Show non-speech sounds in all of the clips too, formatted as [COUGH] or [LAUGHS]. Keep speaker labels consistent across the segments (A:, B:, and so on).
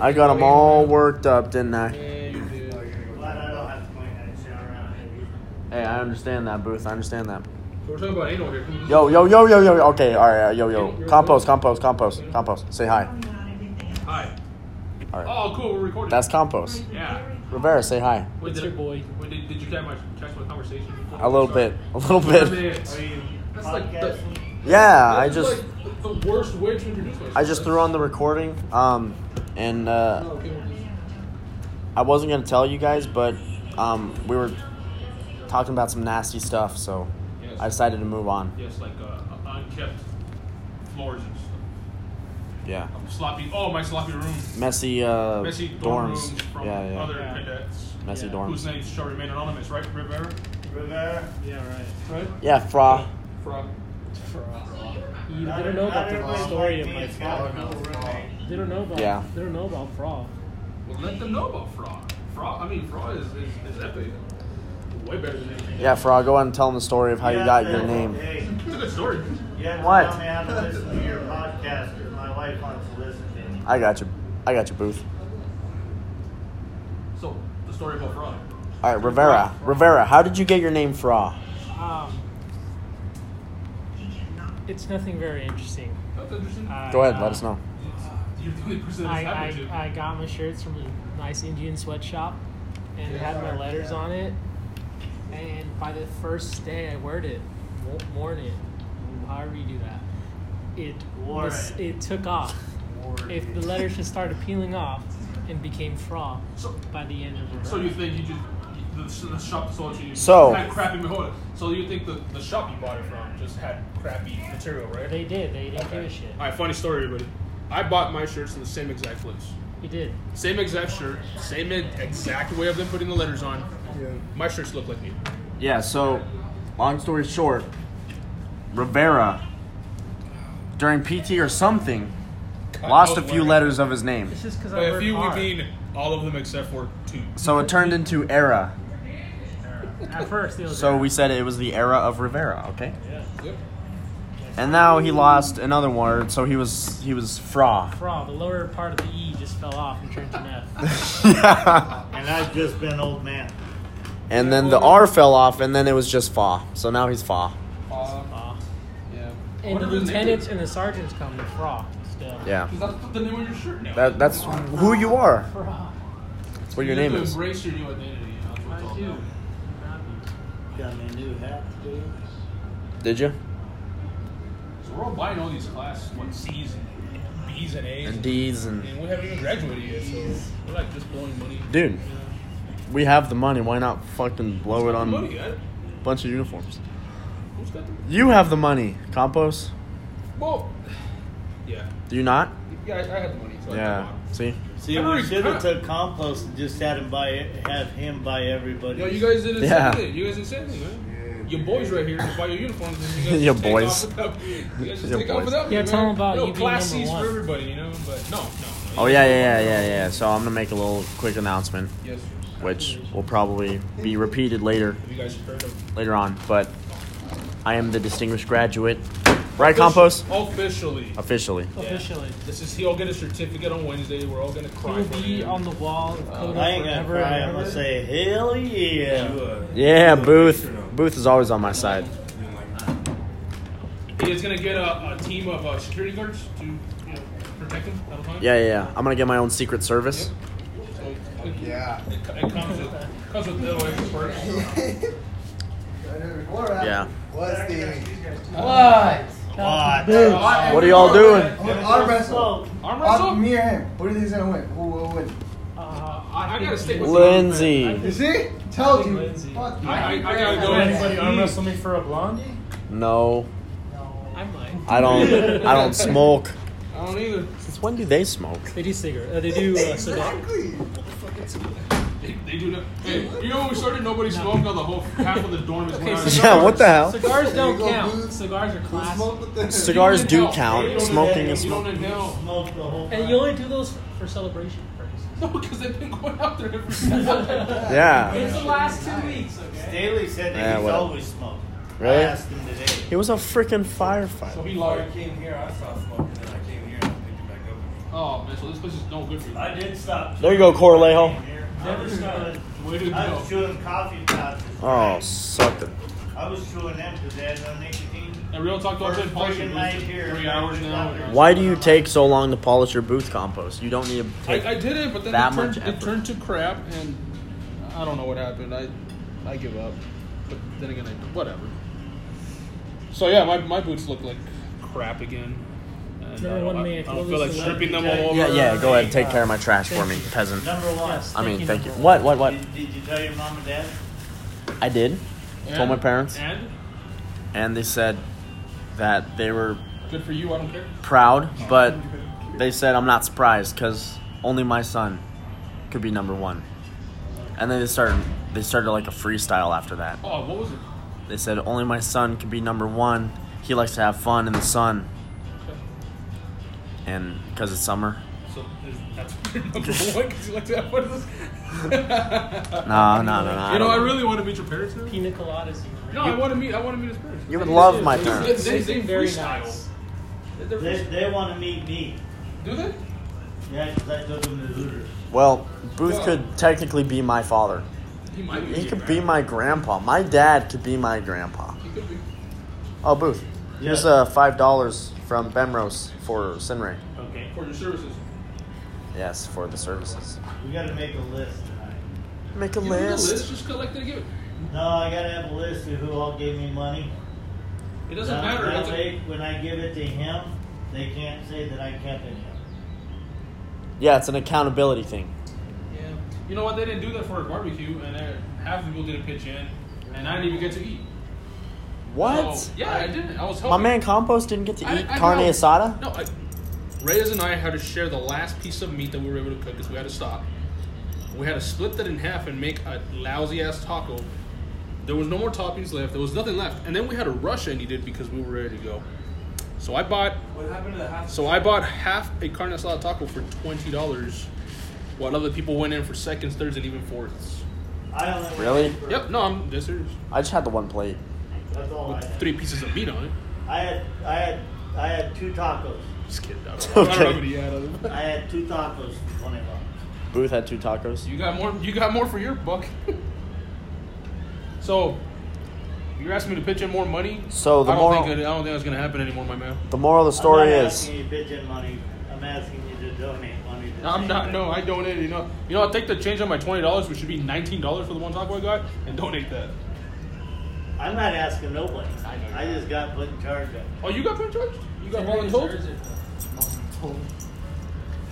A: I got them all worked up, didn't I?
B: Yeah, you did.
C: Glad I don't have to point that shit around.
A: Hey, I understand that, Booth. I understand that.
B: So we're talking about anal here. Can you-
A: Yo, yo, yo, yo, yo. yo. Okay, all right, uh, yo, yo. Compost, compost, compost, compost. Say hi.
B: Hi.
A: All right.
B: Oh, cool. We're recording.
A: That's compost.
B: yeah.
A: Rivera, say hi.
B: Wait,
D: It's
B: did
D: your
B: I-
D: boy.
B: Wait, did, did you catch my catch my conversation? Before?
A: A little bit. A little bit.
B: That's
C: Are you
B: like the,
C: podcasting?
A: Yeah, I
B: that's
A: just,
B: like the worst way to introduce myself. Oh,
A: I just threw on the recording. Um, and uh, I wasn't gonna tell you guys, but um, we were talking about some nasty stuff, so I decided to move on.
B: Yes, like uh, unkept floors and stuff.
A: Yeah.
B: Sloppy. Oh, my sloppy room.
A: Messy, uh,
B: Messy dorm
A: dorms.
B: rooms from
A: Yeah, yeah.
B: other
D: Yeah.
B: cadets.
A: Messy
D: Yeah.
B: Whose
A: dorms.
B: names shall remain anonymous, right, Rivera?
C: Rivera.
D: Yeah, right.
B: Right.
A: Yeah, fra.
B: Fra.
D: You, they don't know about the story of my frog. They don't know about.
A: Yeah.
D: They don't know about frog.
B: Well, let them know about Fra. Fra. I mean, Fra is is, is epic. Way better than anything.
A: Yeah, fra. Go ahead and tell them the story of how you got your name.
C: Hey,
B: It's a good story.
C: you have to
A: What?
C: tell me how to listen to your podcast because my wife wants to listen to it.
A: I got you. I got you, Booth.
B: So the story about Fra.
A: All right, Rivera. Rivera, how did you get your name Fra?
D: Um, it's nothing very interesting.
B: That's interesting.
D: I,
A: Go ahead,
D: uh,
A: let us know.
B: You're the only person that
D: I,
B: has happened to.
D: I, I got my shirts from a nice Indian sweatshop and it had my letters on it. And by the first day I wore it, wo- worn it, however you do that, it
C: Wore
D: was,
C: it.
D: it took off.
C: Wore
D: If
C: it.
D: the letters just started peeling off and became frog
B: So-
D: by the end of it.
B: So you think you just the, the shop sold you
A: So-
B: had crappy material? So you think the, the shop you bought it from just had crappy material, right?
D: They did. They didn't give
B: Okay.
D: a shit.
B: All right, funny story, everybody. I bought my shirts in the same exact place.
D: You did.
B: Same exact shirt, same e, exact way of them putting the letters on. My shirts look like me.
A: Yeah, so long story short, Rivera, during PT or something, lost a few letters of his name.
D: It's just because
B: By
D: I
B: a
D: work
B: few, we
D: hard.
B: mean all of them except for two.
A: So it turned into Era.
D: At first, it was
A: So we said it was the era of Rivera, okay?
B: Yep.
A: And now he lost another word, so he was he was Fra. [LAUGHS]
D: frog. The lower part of the E just fell off and turned to an F.
A: yeah.
C: And I've just been old man.
A: And then the R fell off, and then it was just Fa. So now he's Fa.
D: Aw.
B: Um, yeah.
D: And the lieutenants and the sergeants come to frog still.
A: Yeah.
B: That's the name on your shirt now.
A: That, that's who you are.
D: Frog.
A: That's what your
B: you
A: name
B: need to
A: is.
B: Embrace your new identity. You know, that's what
D: I
B: it's all
D: do.
B: about.
C: Got me a new hat, dude.
A: Did you?
B: So we're all buying all these class what C's and B's and A's,
A: And D's and
B: and we haven't even graduated yet, so we're like just blowing money.
A: dude, we have the money. Why not fucking blow it on
B: money,
A: a
B: eh?
A: bunch of uniforms?
B: Who's got the?
A: You have the money, Compos.
B: Well, yeah,
A: Do you not?
B: yeah, I, I have the money. So I
A: Yeah.
B: can
A: See.
C: See,
B: Every
C: we should
B: time.
C: have took compost and just had him buy, have him buy everybody.
B: No, you guys didn't
A: Yeah.
B: say anything. You guys didn't say anything, man. Your boys right here just buy your uniforms. And
A: [LAUGHS]
B: you guys
A: Your
B: just take Off
A: boys.
B: without, you guys just
A: Your
B: take off
A: boys.
B: without me,
D: Yeah,
B: man.
D: tell 'em about
B: no,
D: you being
B: class
D: number
B: C's
D: one.
B: for everybody, you know. But no, no. no
A: Oh yeah, yeah, yeah, yeah, yeah. So I'm gonna make a little quick announcement,
B: Yes.
A: which will probably be repeated later,
B: Have you guys heard of?
A: later on. But I am the distinguished graduate, right, Compos?
B: Officially.
A: Officially.
D: Officially.
B: This is he'll get a certificate on Wednesday. We're all gonna
D: He
B: cry.
D: will
B: for
D: be
B: him.
D: on the wall of Coda
C: I ain't gonna
D: forever and
C: cry. I'm
D: ever.
C: gonna say, hell yeah.
A: Yeah, Booth. Booth is always on my side.
B: He's gonna get a, a team of uh, security guards to you know, protect him at all times.
A: Yeah, yeah, yeah. I'm gonna get my own secret service.
B: So it, it, yeah. It, co- it comes with comes with little extra perks.
A: Yeah.
E: What's the
D: What?
C: What?
A: What are y'all doing?
E: arm wrestle?
B: Arm
E: Uh,
B: wrestle?
E: me and him. Who do you think's gonna win? Who will win?
B: Uh, I, I gotta stick with
A: Lindsay.
E: You see? Told you.
D: Lindsay.
E: Fuck you.
B: I- I- I gotta go.
D: Would anybody arm wrestle me for a blonde?
A: No,
D: I might.
A: I don't. I don't smoke.
B: I don't either.
A: Since when do they smoke?
D: They do cigarette. Uh, they do uh, cigar.
E: Exactly.
B: They, they do not. Hey, you know when we started, nobody smoked. Now the whole half of the dorm is
D: Okay,
B: going
A: [LAUGHS]
D: so-
A: Yeah. What the hell?
D: Cigars
E: There
D: don't
E: you go,
D: count.
E: booze.
D: Cigars are
E: Who
D: class.
E: smoked with the-
A: Cigars do count. Smoking is
B: You don't
A: smoking.
B: inhale.
C: Smoke the whole
D: And you only do those for celebration purposes.
B: No, because they've been going out there [LAUGHS] every single day.
A: Yeah.
D: It's the last two weeks, okay?
C: Staley said
A: Yeah,
C: that he's
A: what-
C: always smoking.
A: Really?
C: I asked him today.
A: He was a freaking
B: So
A: firefighter.
B: he
F: Before I
B: lied.
F: came here, I saw smoke, and then I came here and I picked it back up.
B: Oh man, so this place is no good for you.
C: I did stop.
A: There you go, Corlejo.
C: Never stopped.
B: Way to
C: I
B: go.
C: was chewing coffee pouches.
A: Oh, suck it.
C: I was chewing them because they had no nicotine.
B: And real talk, though, I've been polishing
C: Freaking
B: boots
C: night
B: for three
C: here.
B: hours now. and-
A: Why do you take so long to polish your booth compost? You don't need to take.
B: I, I did it, but then
A: that
B: it, turned,
A: much
B: it
A: effort.
B: turned to crap, and I don't know what happened. I I give up. But then again, I, whatever. So yeah, my, my boots look like crap again. And
D: Number
B: I don't-
D: one
B: I,
D: man,
B: I
D: what
B: don't feel like
D: was the
B: stripping them
D: letter
B: all over.
A: yeah, yeah. Go ahead, take care of my trash for me, peasant.
C: Number one.
D: Yes.
A: I mean, thank you.
D: Thank you.
A: What? What? What?
C: Did, did you tell your mom and dad?
A: I did.
B: And-
A: Told my parents,
B: And
A: and they said that they were
B: good for you. I don't care.
A: proud, but they said I'm not surprised because only my son could be number one. And then they started. They started like a freestyle after that.
B: Oh, what was it?
A: They said only my son could be number one. He likes to have fun in the sun, and because it's summer.
B: So is, that's [LAUGHS] number one because you like to have fun. with [LAUGHS] us?
A: No, no, no, no.
B: You know, I
A: don't-
B: really want to meet your parents now.
D: Pina coladas.
B: No, I want to meet. I want to meet his parents.
A: You would love my
D: They-
B: They,
A: parents.
B: they, they
D: Very
B: freestyle.
D: nice.
B: They're
C: They,
B: freestyle.
C: they want to meet me.
B: Do they?
C: Yeah, because I took them to Hooters.
A: Well, Booth could technically be my father.
B: He might be.
A: He could be my grandpa. My dad could be my grandpa.
B: He could be.
A: Oh, Booth. Here's
C: Yeah.
A: uh, five dollars from Bemrose for Sinray.
C: Okay.
B: For your services.
A: Yes, for the services.
C: We got to make a list tonight.
A: Make a
B: Give me the
A: list.
B: list. Just collect it and give it.
C: No, I got to have a list of who all gave me money.
B: It doesn't
C: That-
B: matter.
C: That
B: It's a,
C: way, when I give it to him, they can't say that I kept it him.
A: Yeah, it's an accountability thing.
B: yeah. You know what? They didn't do that for a barbecue, and uh, half the people didn't pitch in, and I didn't even get to eat.
A: What?
B: So, Oh, yeah, I didn't. I was
A: My
B: helping.
A: man Compost didn't get to
B: I-
A: eat
B: I
A: carne
B: know.
A: asada.
B: No, I, Reyes and I had to share the last piece of meat that we were able to cook because we had to stop. We had to split that in half and make a lousy ass taco. There was no more toppings left. There was nothing left, and then we had to rush and eat it because we were ready to go. So I bought.
F: What happened to the half?
B: So I bought half a carne asada taco for twenty dollars, while other people went in for seconds, thirds, and even fourths.
C: I only went
A: Really?
C: for-
B: Yep. No, I'm this is
A: I just had the one plate.
C: That's all I had.
B: three pieces of meat on it.
C: I had, I had, I had two tacos.
B: Just kidding. I
A: [LAUGHS]
B: don't, I don't know
A: Okay.
B: what he had on it.
C: I had two tacos for twenty bucks.
A: Booth had two tacos.
B: You got more. You got more for your buck. [LAUGHS] so you're asking me to pitch in more money.
A: So the
B: I don't
A: moral-
B: think it, I don't think that's gonna happen anymore, my man.
A: The moral of the story
C: I'm not
A: is
C: asking you to bitch in money. I'm asking you to donate money. To
B: I'm
C: save
B: not.
C: it.
B: No, I donated. You know. You know. I take the change on my twenty dollars, which should be nineteen dollars for the one taco I got, and donate that.
C: I'm not asking nobody.
B: I know you
C: I just got put in charge of. it.
B: Oh, you got print charged? You got volunteered?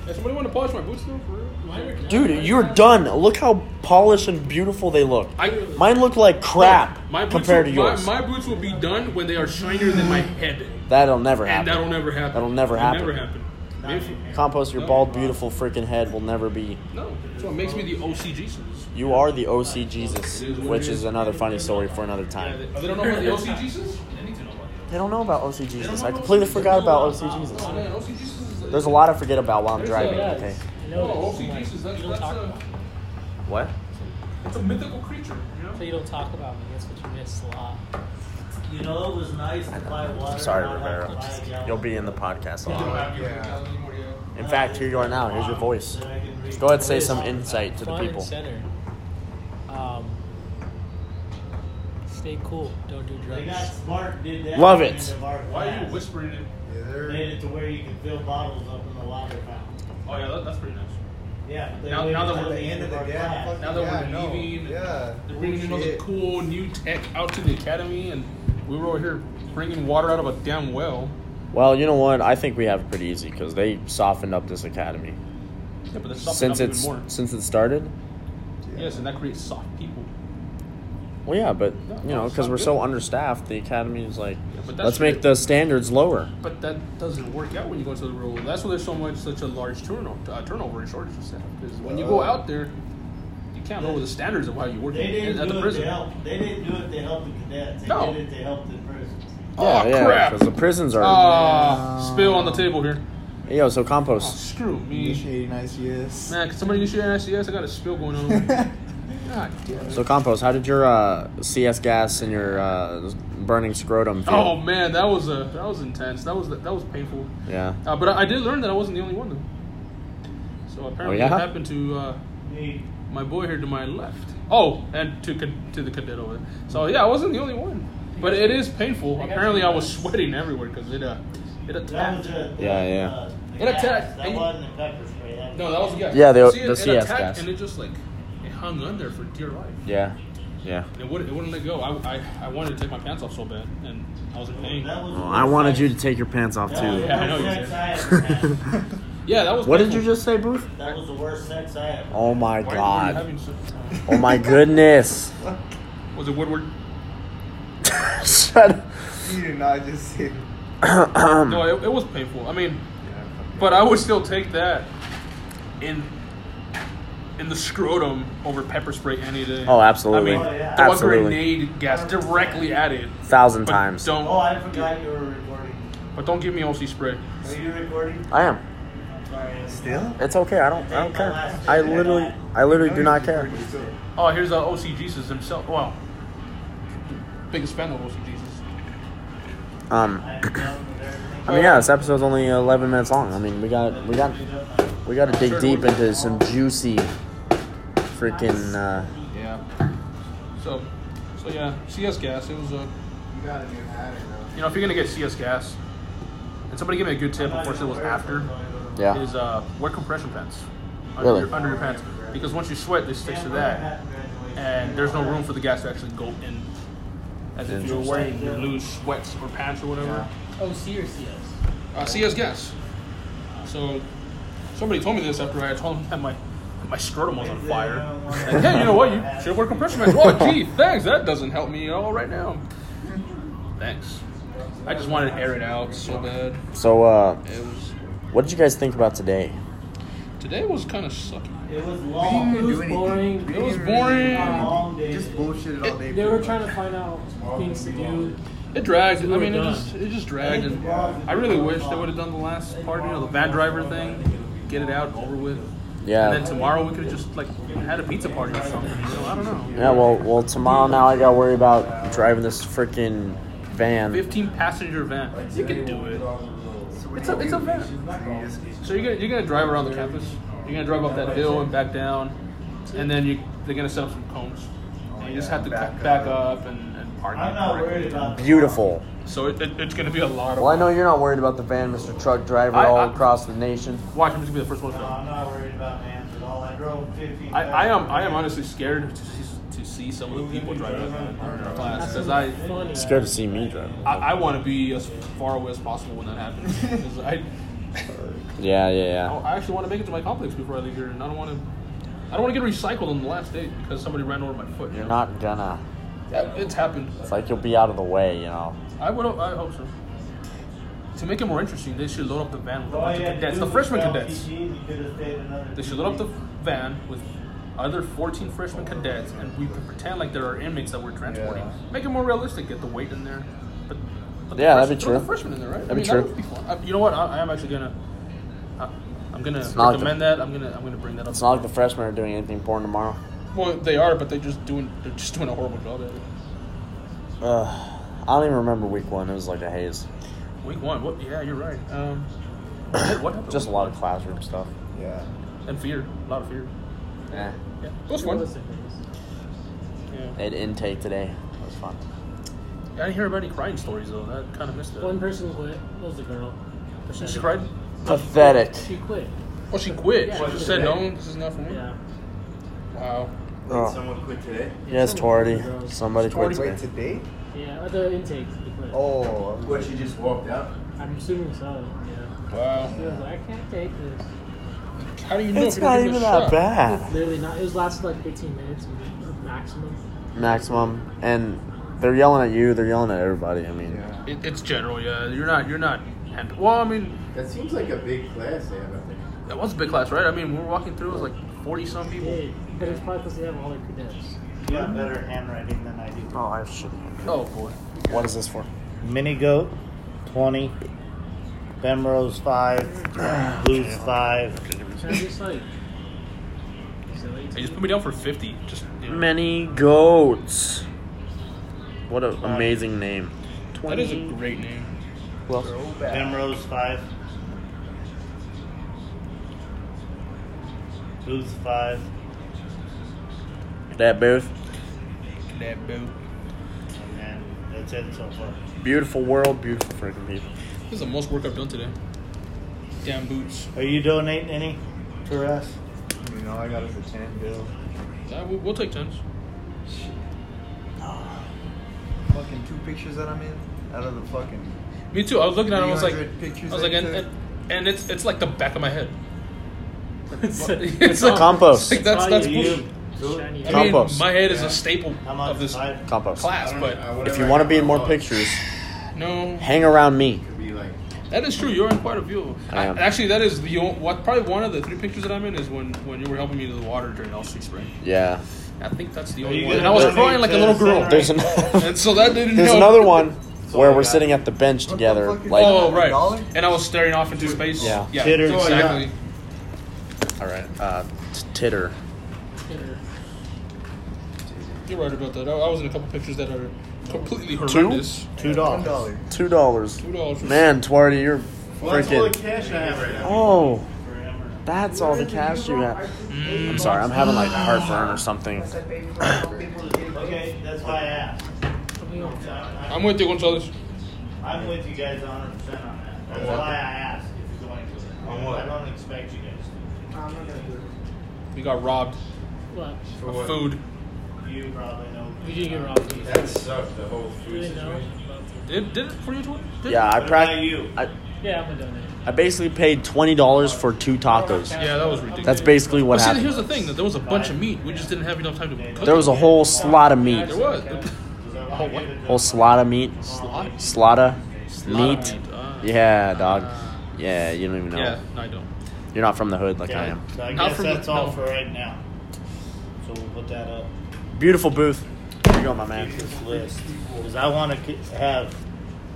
B: Hey, somebody want to polish my boots though, for real?
A: Dude, you're done. Look how polished and beautiful they look.
B: I,
A: Mine look like crap
B: my boots
A: compared
B: will-
A: to yours.
B: My, my boots will be done when they are shinier than my head.
A: that'll never
B: And
A: happen.
B: that'll never happen.
A: That'll never
B: It'll
A: happen.
B: Never happen.
C: Not
B: If-
C: me.
A: Compost, your
B: No.
A: bald, beautiful freaking head will never be.
B: no, that's what makes me the OC Jesus.
A: You are the OC Jesus,
B: It is what
A: which
B: it
A: is
B: is.
A: another funny story for another
B: Yeah, they,
A: time.
B: oh, they don't know about the OC Jesus? They need to know about
A: They don't know about OC Jesus.
B: know
A: I
B: about
A: completely
B: OC.
A: forgot about OC Jesus.
B: Oh, man, OC Jesus is Oh,
A: There's a lot I forget about while I'm
B: There's
A: driving.
B: a- yeah,
A: Okay.
D: I
B: No,
D: know it is.
B: OC
D: Like,
B: Jesus, that's,
D: you don't
B: that's
D: talk
B: a,
D: about
A: What?
B: it's a mythical creature, you know?
D: So you don't talk about me. That's what you miss a lot.
C: You know it was nice to buy water.
A: Sorry,
C: not have to
A: Rivera.
C: buy a gallon
A: You'll be in the podcast. a
B: You don't
A: lot.
B: have your
E: Yeah.
B: anymore, yeah.
A: In fact, here you are now. Here's your voice.
C: that I can read.
A: Go ahead, say some insight to the
D: Front
A: people.
D: and center. Um, stay cool. Don't do
C: They got
D: drugs.
C: smart. Did that.
A: Love
C: at
A: it.
C: the end of our
B: Why are you
C: class.
B: whispering it?
E: Yeah,
C: Made
E: they're.
C: it to where you can fill bottles up in the water fountain.
B: Oh, yeah, that, that's pretty nice.
C: Yeah. they
B: Now-
C: waited
B: now that
C: till
B: we're at
E: the end of the
C: our
E: gap,
C: class.
E: fuck
B: Now that
E: Yeah, I
B: we're
E: know.
B: leaving,
E: Yeah.
B: they're bringing all the
E: Bullshit.
B: cool new tech out to the academy, and we were over here bringing water out of a damn well.
A: Well, you know what? I think we have it pretty easy because they softened up this academy
B: Yeah, but that's something
A: since
B: up even
A: it's
B: more.
A: since it started.
B: Yes, and that creates soft people.
A: Well, yeah, but
B: No,
A: you know,
B: it's
A: because
B: not
A: we're so
B: good.
A: understaffed, the academy is like,
B: but that's
A: let's make
B: good.
A: the standards lower.
B: But that doesn't work out when you go to the real world. That's why there's so much such a large turnover, uh, turnover and shortage of staff. Because when you go
E: Oh.
B: out there, you can't know the standards of how you work
C: uh, They
B: at,
C: didn't
B: at
C: do
B: the
C: it to
B: prison.
C: help. They didn't do it to help the cadets. They
B: No.
C: did it to help the prisons.
B: Oh, crap!
A: Because the prisons are.
B: Ah, spill on the table here.
A: Hey, yo, so
B: Oh,
A: compost.
B: screw me.
E: Initiating ICS.
B: Man, can somebody issue an ICS? I got a spill going on.
C: [LAUGHS]
B: over here. God damn it.
A: So compost, how did your uh, CS gas and your uh, burning scrotum feel?
B: Oh man, that was a that was intense. That was that was painful.
A: Yeah.
B: Uh, but I, I did learn that I wasn't the only one though. So apparently,
A: yeah?
B: it happened to uh, my boy here to my left. Oh, and to con- to the cadet over there. So yeah, I wasn't the only one, but it is painful. Apparently, I was sweating everywhere because it uh it
C: That was
B: attacked.
C: it.
A: Yeah, yeah.
C: Uh, the
B: It
C: gas.
B: attacked.
C: That
B: And-
C: wasn't the pepper spray. That was
B: No, that was yeah.
A: Yeah, the-
B: See, it,
A: the
B: it
A: CS
B: attacked,
A: gas.
B: and it just like it hung on there for dear life.
A: Yeah. Yeah.
B: It wouldn't, it wouldn't let go. I, I, I wanted to take my pants off so bad, and I was in pain.
C: That was
A: Well, Oh, I wanted you to take your pants off
C: That was
A: too.
C: the
B: Yeah, I know you
C: worst
B: did.
C: sex I ever had.
B: Yeah, that was.
A: What did you
B: painful.
A: just say, Booth?
C: That was the worst sex I ever.
A: [LAUGHS] Oh
B: Why
A: my
B: were you
A: god.
B: having so-
A: Oh my goodness. [LAUGHS]
B: was it Woodward?
A: Shut up.
E: [LAUGHS] You did not just say.
A: Um.
B: No, it, it was painful. I mean,
E: Yeah, fuck
B: but I would still take that in in the scrotum over pepper spray any day.
A: Oh, absolutely.
B: I mean,
C: Oh, yeah.
B: throw a
A: Absolutely.
B: grenade gas directly at it.
A: Thousand
B: But
A: times.
B: Don't.
C: Oh, I forgot you were recording.
B: But don't give me OC spray.
C: Are you recording?
A: I am.
C: I'm sorry. I'm-
E: Still?
A: It's okay. I don't. I don't care. I literally. I literally do not care.
B: Oh, here's uh, OC Jesus himself. Wow. Biggest fan of OC Jesus.
A: Um.
C: I'm done with everything.
A: I mean, yeah. This episode's only 11 minutes long. I mean, we got. We got. We got to dig deep into some juicy, freaking. Uh,
B: Yeah. So, so yeah, CS gas. It was a. Uh,
E: You got a new hat or
B: you know, if you're gonna get CS gas, and somebody give me a good tip, of course it was after,
A: yeah.
B: is uh, wear compression pants under,
A: Really?
B: your, under your pants because once you sweat, they stick to that, and there's no room for the gas to actually go in. As if you're wearing your loose sweats or pants or whatever.
C: oh,
D: OC or CS?
B: Uh, CS gas. So, somebody told me this after I told them that my my scrotum was on fire. Like, hey, you know what? You should wear compression pants. Oh, gee, thanks. That doesn't help me at all right now. Thanks. I just wanted to air it out so bad.
A: So, uh,
B: It was
A: what did you guys think about today?
B: today was kind of sucky.
C: It was
E: We
D: It
E: didn't
C: long.
E: even
D: was
E: do anything.
D: boring.
E: We
B: It was
E: didn't
B: boring.
C: Long day.
E: Just bullshitted all day.
D: They were trying to find out things to do.
B: It dragged. I
D: We were
B: mean, it
D: done.
B: just it just dragged, and I really wish they would have done the last part, you know, the van driver thing, get it out and over with.
A: Yeah.
B: And then tomorrow we could have just like had a pizza party or something. You know, I don't know.
A: Yeah. Well. Well. Tomorrow now I gotta worry about driving this freaking van.
B: 15 passenger van. You can do it.
E: So
B: It's a- it's a van. So you're gonna you're gonna drive around the campus. You're gonna drive up that hill and back down, and then you they're gonna set up some cones. And you just have to back, back up and, and park.
C: I'm not worried about the
A: Beautiful.
B: So it, it, it's gonna be a lot of.
A: Well, I know you're not worried about the van, Mr. Truck Driver,
B: I-
A: all
B: I-
A: across the nation.
B: Watch, I'm just gonna be the first one. to
C: No,
B: film.
C: I'm not worried about Vans at all. I drove 15.
B: I, I am I am honestly scared to see, to see some of the people drive up in our class because I,
D: Funny.
A: Scared to see me drive.
B: I I want to be as far away as possible when that happens 'Cause I
A: Yeah. Yeah. Yeah.
B: I actually want to make it to my complex before I leave here and I don't want to I don't want to get recycled on the last day because somebody ran over my foot. you
A: You're
B: know?
A: not gonna.
B: Yeah, it's happened.
A: It's like you'll be out of the way, you know.
B: I would I hope so. To make it more interesting, they should load up the van with a
C: All
B: bunch
C: Oh, you
B: of
C: had to
B: cadets,
C: do
B: the
C: was
B: freshman
C: tell
B: cadets.
C: PG, you could have stayed another
B: They
C: two
B: should load up the
C: weeks.
B: van with other 14 freshman cadets, and we could pretend like there are inmates that we're transporting.
E: Yeah.
B: Make it more realistic. Get the weight in there. But, but the
A: Yeah, that'd
B: freshmen-
A: be
B: throw The
A: true.
B: freshmen in there, right?
A: That'd be
B: I mean,
A: true.
B: That would be fun. I, you know what? I, I am actually gonna. I, I'm gonna
A: not like the-
B: recommend that. I'm gonna. I'm gonna bring that up.
A: It's not like the freshmen are doing anything porn tomorrow.
B: well, they are, but they're just doing. They're just doing a horrible job at it.
A: Ugh. I don't even remember week one. It was like a haze.
B: Week one. What? Yeah, you're right. Um, [COUGHS] what happened?
A: Just a lot of classroom stuff.
E: Yeah.
B: and fear. A lot of fear.
A: Yeah.
B: Yeah, it was
D: It
B: fun.
D: wasn't nice.
B: Yeah.
A: They had intake today. That was fun.
B: I didn't hear about any crying stories though. That kind of missed it.
D: One person quit. It was a girl.
B: She she cried.
A: Pathetic.
D: She quit.
B: Oh, she quit.
D: Yeah,
B: she
D: she
B: just said,
E: quit.
B: "No, this is not for me."
D: Yeah.
B: Wow.
A: Ugh.
E: Someone quit today.
A: Yes, Torty. Oh. Somebody quit
E: Wait,
A: today.
E: today?
D: Yeah, at the intake, they quit.
E: Oh. What? She just walked out.
D: I'm assuming so. Yeah. She
B: Wow.
D: was like, I can't take this.
B: How do you know?
A: It's
B: if you're
A: not
B: gonna give
A: even
B: it a
A: that
B: shot?
A: bad.
D: Literally not. It was lasted like 15 minutes maximum.
A: Maximum. And they're yelling at you. They're yelling at everybody. I mean,
E: Yeah.
B: It, it's general, yeah. You're not. You're not. hand- Well, I mean,
E: That seems like a big class they have up there.
B: that was a big class, right? I mean, we were walking through. It was like forty some people.
D: Hey, but it's probably because they have all their credentials.
C: You have better handwriting than I do.
A: oh, I should.
B: Oh boy.
A: What is this for?
C: Mini goat, twenty. Benrose five. Blues five.
D: So I'm just like, silly.
B: They just put me down for fifty. Just you know.
A: Many goats. What an amazing name.
B: That is a great name.
A: Well,
C: Benrose five. Booth five.
A: That booth.
B: That boo.
C: And then that's it so far.
A: Beautiful world, beautiful freaking people.
B: This is the most work I've done today. Damn boots.
C: Are you donating any to us?
E: mean, all I got is a ten bill.
B: Uh, we'll, we'll take tens.
E: Fucking two pictures that I'm in out of the fucking.
B: Me too. I was looking at it. I was like,
E: 300
B: I
E: pictures
B: was like,
E: that
B: and,
E: you
B: and,
E: took?
B: and it's it's like the back of my
D: [LAUGHS]
B: head.
D: It's,
B: It's
D: all-
B: like-
A: Compost.
B: Like that's
D: all
B: that's
D: Oh, you
B: bullshit.
D: need.
C: Cool.
D: Shiny.
B: I mean,
A: Compost.
B: my head is
E: Yeah.
B: a staple
C: How much?
B: of this
C: Five?
A: Compost.
B: class, but
A: If you want to be in more pictures,
B: no,
A: hang around me.
E: could be like
B: that is true. You're in quite a view.
A: I am.
B: actually, that is the o- what probably one of the three pictures that I'm in is when when you were helping me to the water during Elstree Spring.
A: Yeah.
B: I think that's the
C: Are
B: only
C: you
B: one. And
C: gonna
B: I was
A: donate
B: crying like a
C: to
B: little
C: the
B: girl.
C: center?
A: There's an [LAUGHS]
B: And so that didn't
A: There's
B: help.
A: another one where
E: all I
A: we're
E: got.
A: sitting at the bench
E: the
A: together.
E: fuck is-
A: Like,
B: Oh right.
E: Dollar?
B: And I was staring off into space.
A: Yeah.
B: Yeah. Oh,
C: Titters.
B: Exactly.
A: all right, uh, t- titter.
B: You're right about that. I, I was in a couple pictures that are completely
A: Two?
B: horrendous.
C: Two
E: one
C: dollars.
E: dollar.
A: Two dollars.
B: Two dollars.
A: Man, Twardy, you're
C: Well, that's all the
A: freaking.
C: cash I have right now.
A: Oh, that's all the cash you have. I'm sorry, I'm having like heartburn or something.
C: Okay, that's why I asked.
B: I'm with you, Gonzalez.
C: I'm with you guys 100% on that. That's why I asked if you're going to.
F: On what?
C: I don't expect you guys
B: We got robbed
D: What?
F: For
B: of
F: what?
B: food.
C: to. You probably know.
D: We did get robbed.
F: That sucked, the whole
D: We
F: food
D: didn't know.
F: situation.
B: Did, did it for you, Tony? Did it?
A: Yeah, I
C: What about
A: prac-
C: you?
A: I,
D: Yeah, I'm gonna donate.
A: I basically paid twenty dollars for two tacos.
B: Yeah, that was ridiculous.
A: That's basically
B: But
A: what
B: see,
A: happened.
B: here's the thing: that there was a bunch of meat. We just didn't have enough time to cook.
A: There was a whole slot of meat.
B: it. There was.
C: Does I want to give it to
A: Oh, Whole slot of meat.
B: Slot?
A: Slotta. Meat.
B: Ah.
A: Yeah, dog. Yeah, you don't even know.
B: Yeah, no, I don't.
A: You're not from the hood like I
C: Okay,
A: am.
C: so I
B: Not
C: guess
B: from-
C: that's all
B: no.
C: for right now. So we'll put that up.
A: Beautiful booth. Here you go, my man.
C: Keep this list. Because I want to have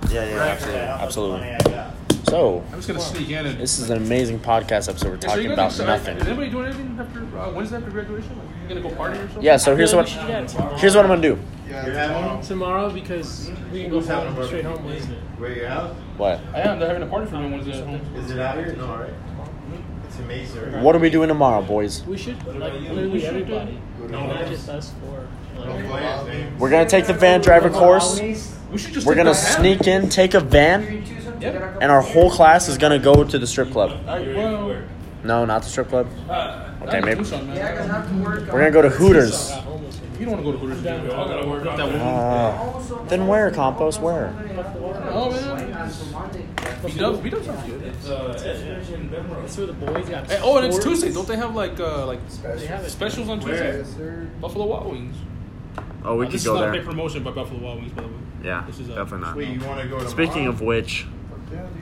A: Yeah, yeah, absolutely.
C: record of how much money
A: Absolutely.
C: I got.
A: So,
B: I'm just gonna sneak in and.
A: this is an amazing podcast episode. We're
B: Hey, so you
A: talking
B: guys
A: about
B: are-
A: nothing.
B: Is anybody doing anything after uh, Wednesday after graduation? Like, you gonna go party or something?
A: Yeah, so here's
D: I
A: what
D: feel like we should do that
A: here's what I'm gonna do.
E: Yeah, you're having one.
D: tomorrow because we can go
E: Who's having a
D: home,
E: birthday?
D: straight home, isn't it?
E: Where you out?
A: What?
B: I am. They're having a party for me Wednesday at home.
E: Is it out here? No, right?
C: Hmm?
E: It's amazing. Right?
A: What are we doing tomorrow, boys?
D: We should like literally everybody, not just us four.
E: Don't play it, man.
A: We're gonna take the van driver course.
B: We should just.
A: We're
B: take
A: gonna
B: the van.
A: sneak in, take a van,
B: Yeah.
A: and our whole class is gonna go to the strip club.
B: I, well,
A: No, not the strip club. Okay, maybe
B: Do something, man.
A: we're gonna go to Hooters.
B: You don't want to go to Hooters. do you? I gotta work out that woman.
A: Uh, then where, compost? Where?
B: Oh man.
A: Oh.
B: Beat up, beat up sounds good.
D: That's where the boys got.
B: Hey, oh, and it's
D: four-
B: Tuesday. Don't they have like uh like
D: They have it.
B: specials on Tuesday?
E: Yes, sir.
B: Buffalo Wild Wings.
A: Oh, we
B: this
A: could
B: is
A: go
B: not a big
A: there.
B: promotion by Buffalo Wild Wings, by the way.
A: Yeah,
B: This is, uh,
E: Wait,
A: definitely
E: you
A: not.
E: want to go to
A: Speaking of which,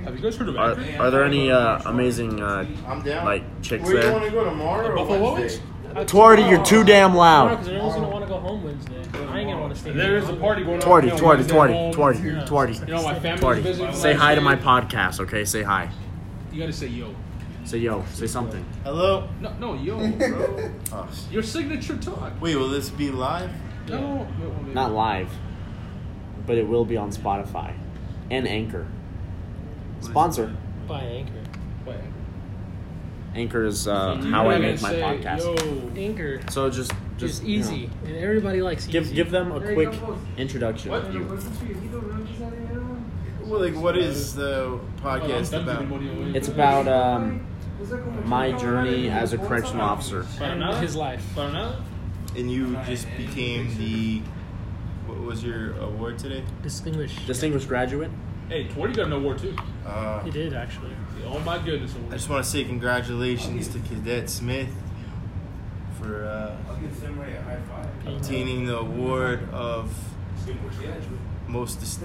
B: Have you guys heard of
A: are,
B: Akron?
A: are there any uh, amazing uh,
E: I'm down.
A: like chicks
E: Where you want
A: there?
E: to go tomorrow? Or
B: Buffalo Wild
E: Wednesday?
B: Wings?
A: Twardy, you're too damn
D: Tomorrow,
A: loud.
D: because everyone's gonna want to go home Wednesday. I ain't gonna want to stay.
B: There is a party going on.
A: Twardy,
B: right now,
A: Twardy,
B: Wednesday
A: Twardy,
B: at home.
A: Twardy,
B: You know
A: Twardy,
B: my family's visiting.
A: Twardy. Say hi to my podcast, okay? Say hi.
B: You gotta say yo.
A: Say yo. Say something.
E: Hello.
B: No, no, yo, bro.
E: Oh, s-
B: Your signature talk.
E: Wait, will this be live?
B: No,
A: Not live, but it will be on Spotify and Anchor. Sponsor.
D: by Anchor.
B: Wait.
A: Anchor is uh,
B: You
A: how I
B: gotta
A: make my
B: say,
A: podcast.
B: Yo.
D: Anchor
A: So just,
D: is
A: just you know,
D: easy, and everybody likes
A: give
D: easy.
A: give them a
G: There you
A: quick
G: go.
A: introduction
B: What?
A: of you.
E: Well, like, what is
A: [LAUGHS]
E: the podcast about?
A: It's about um, my journey as a correctional officer.
D: And his life.
E: And you just became the. What was your award today?
D: Distinguished.
A: Distinguished graduate. [LAUGHS]
B: Hey, Twardy got an award too.
E: Uh,
D: He did actually. [LAUGHS]
B: Oh my goodness. [LAUGHS]
E: I just want to say congratulations to Cadet Smith for uh, obtaining the award of most dis-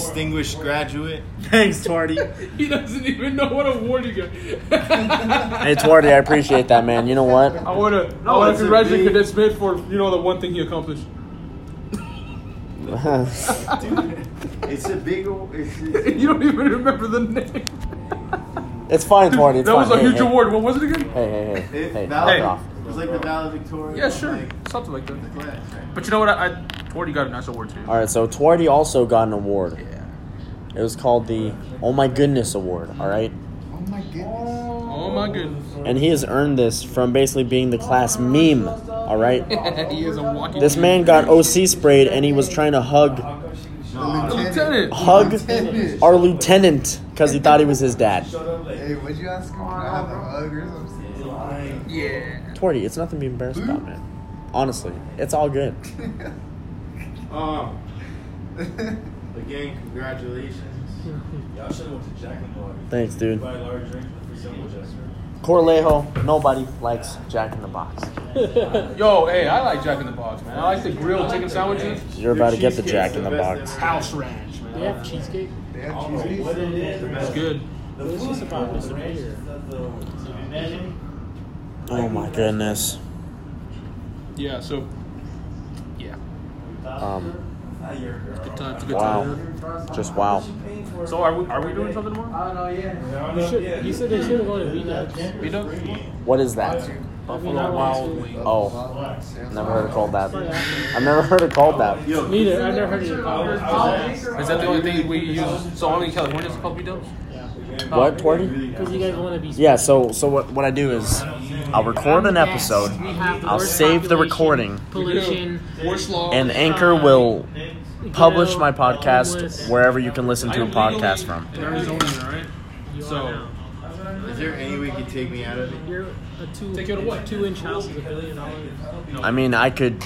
E: distinguished graduate.
A: Thanks, Twardy.
B: He doesn't even know what award he
A: [LAUGHS]
B: got. [LAUGHS]
A: Hey, Twardy, I appreciate that, man. You know what? [LAUGHS]
B: I want to I
E: Oh,
B: want to
E: it's a
B: congratulate
E: big-
B: Cadet Smith for you know the one thing he accomplished.
E: It's a big. o-
B: [LAUGHS]
E: It's,
B: you don't even remember the name.
A: it's fine, Twardy. It's
B: that
A: fine.
B: was a
A: Hey,
B: huge
A: hey.
B: award. What was it again?
A: Hey, hey, hey,
E: it,
A: hey!
E: val-
A: knock off.
E: it was like the valedictorian.
B: Yeah, sure,
E: Like,
B: something like that.
E: class, right?
B: But you know what? I, I Twardy got a nice award too.
A: All right, so Twardy also got an award.
B: Yeah.
A: It was called the Oh My Goodness Award. All right.
E: Oh my
F: my goodness.
B: Oh my goodness.
A: And he has earned this from basically being the class meme,
B: [LAUGHS]
A: all right?
B: [LAUGHS] he is a walking.
A: This man got OC sprayed and he was trying to hug
F: The lieutenant.
B: Lieutenant.
A: hug
F: Lieutenant.
A: our lieutenant because he thought he was his dad.
F: Hey, would you ask him if I have a hug or something? [LAUGHS]
B: Yeah.
A: Torty, it's nothing to be embarrassed about, man. Honestly, it's all good.
E: Um, again, congratulations.
G: Y'all should have went to Jack and Ball.
A: Thanks, dude.
G: Buy a large drink for simple gesture.
A: Corlejo, nobody likes Jack in the Box.
B: Yo, hey, I like Jack in the Box, man. I like the grilled chicken sandwiches.
A: You're about to get the
E: cheesecake's
A: Jack in the
E: best
A: Box.
E: ever.
B: House ranch, man.
D: They have cheesecake.
F: They have cheese
G: What it is, the
B: It's
G: best.
B: good.
G: The
D: What is
G: food
D: this about,
G: is
D: Mr.
G: the
D: Mayor?
G: ranch of the-
C: You met him?
A: Oh my goodness.
B: Yeah. So. Yeah.
A: Um,
G: Not your girl.
B: Good times. Good
A: wow.
B: times.
A: Just wow.
B: So are we are we doing something tomorrow?
D: You should. You said they should have gone to Vietnam.
B: We don't.
A: What is that?
B: Buffalo Wild Wings.
A: Oh, never heard it called that. I've never heard it called that.
E: Yo,
D: Neither. I've never heard of it.
B: Is that the only thing we use? So only in California is called Dubs?
A: What, Torty?
D: Because you guys want to be.
A: Yeah, so so what, what I do is I'll record an episode,
D: We have the
A: I'll
D: worst
A: save the
D: population,
A: recording,
D: Pollution.
B: Worst law.
A: and Anchor will publish my podcast wherever you can listen to a podcast from.
B: In Arizona, right? So
E: is there any way you could take me out of it?
D: [LAUGHS] [LAUGHS] You're a two.
B: Take you to what?
D: Two inch house is a billion dollars.
A: I mean, I could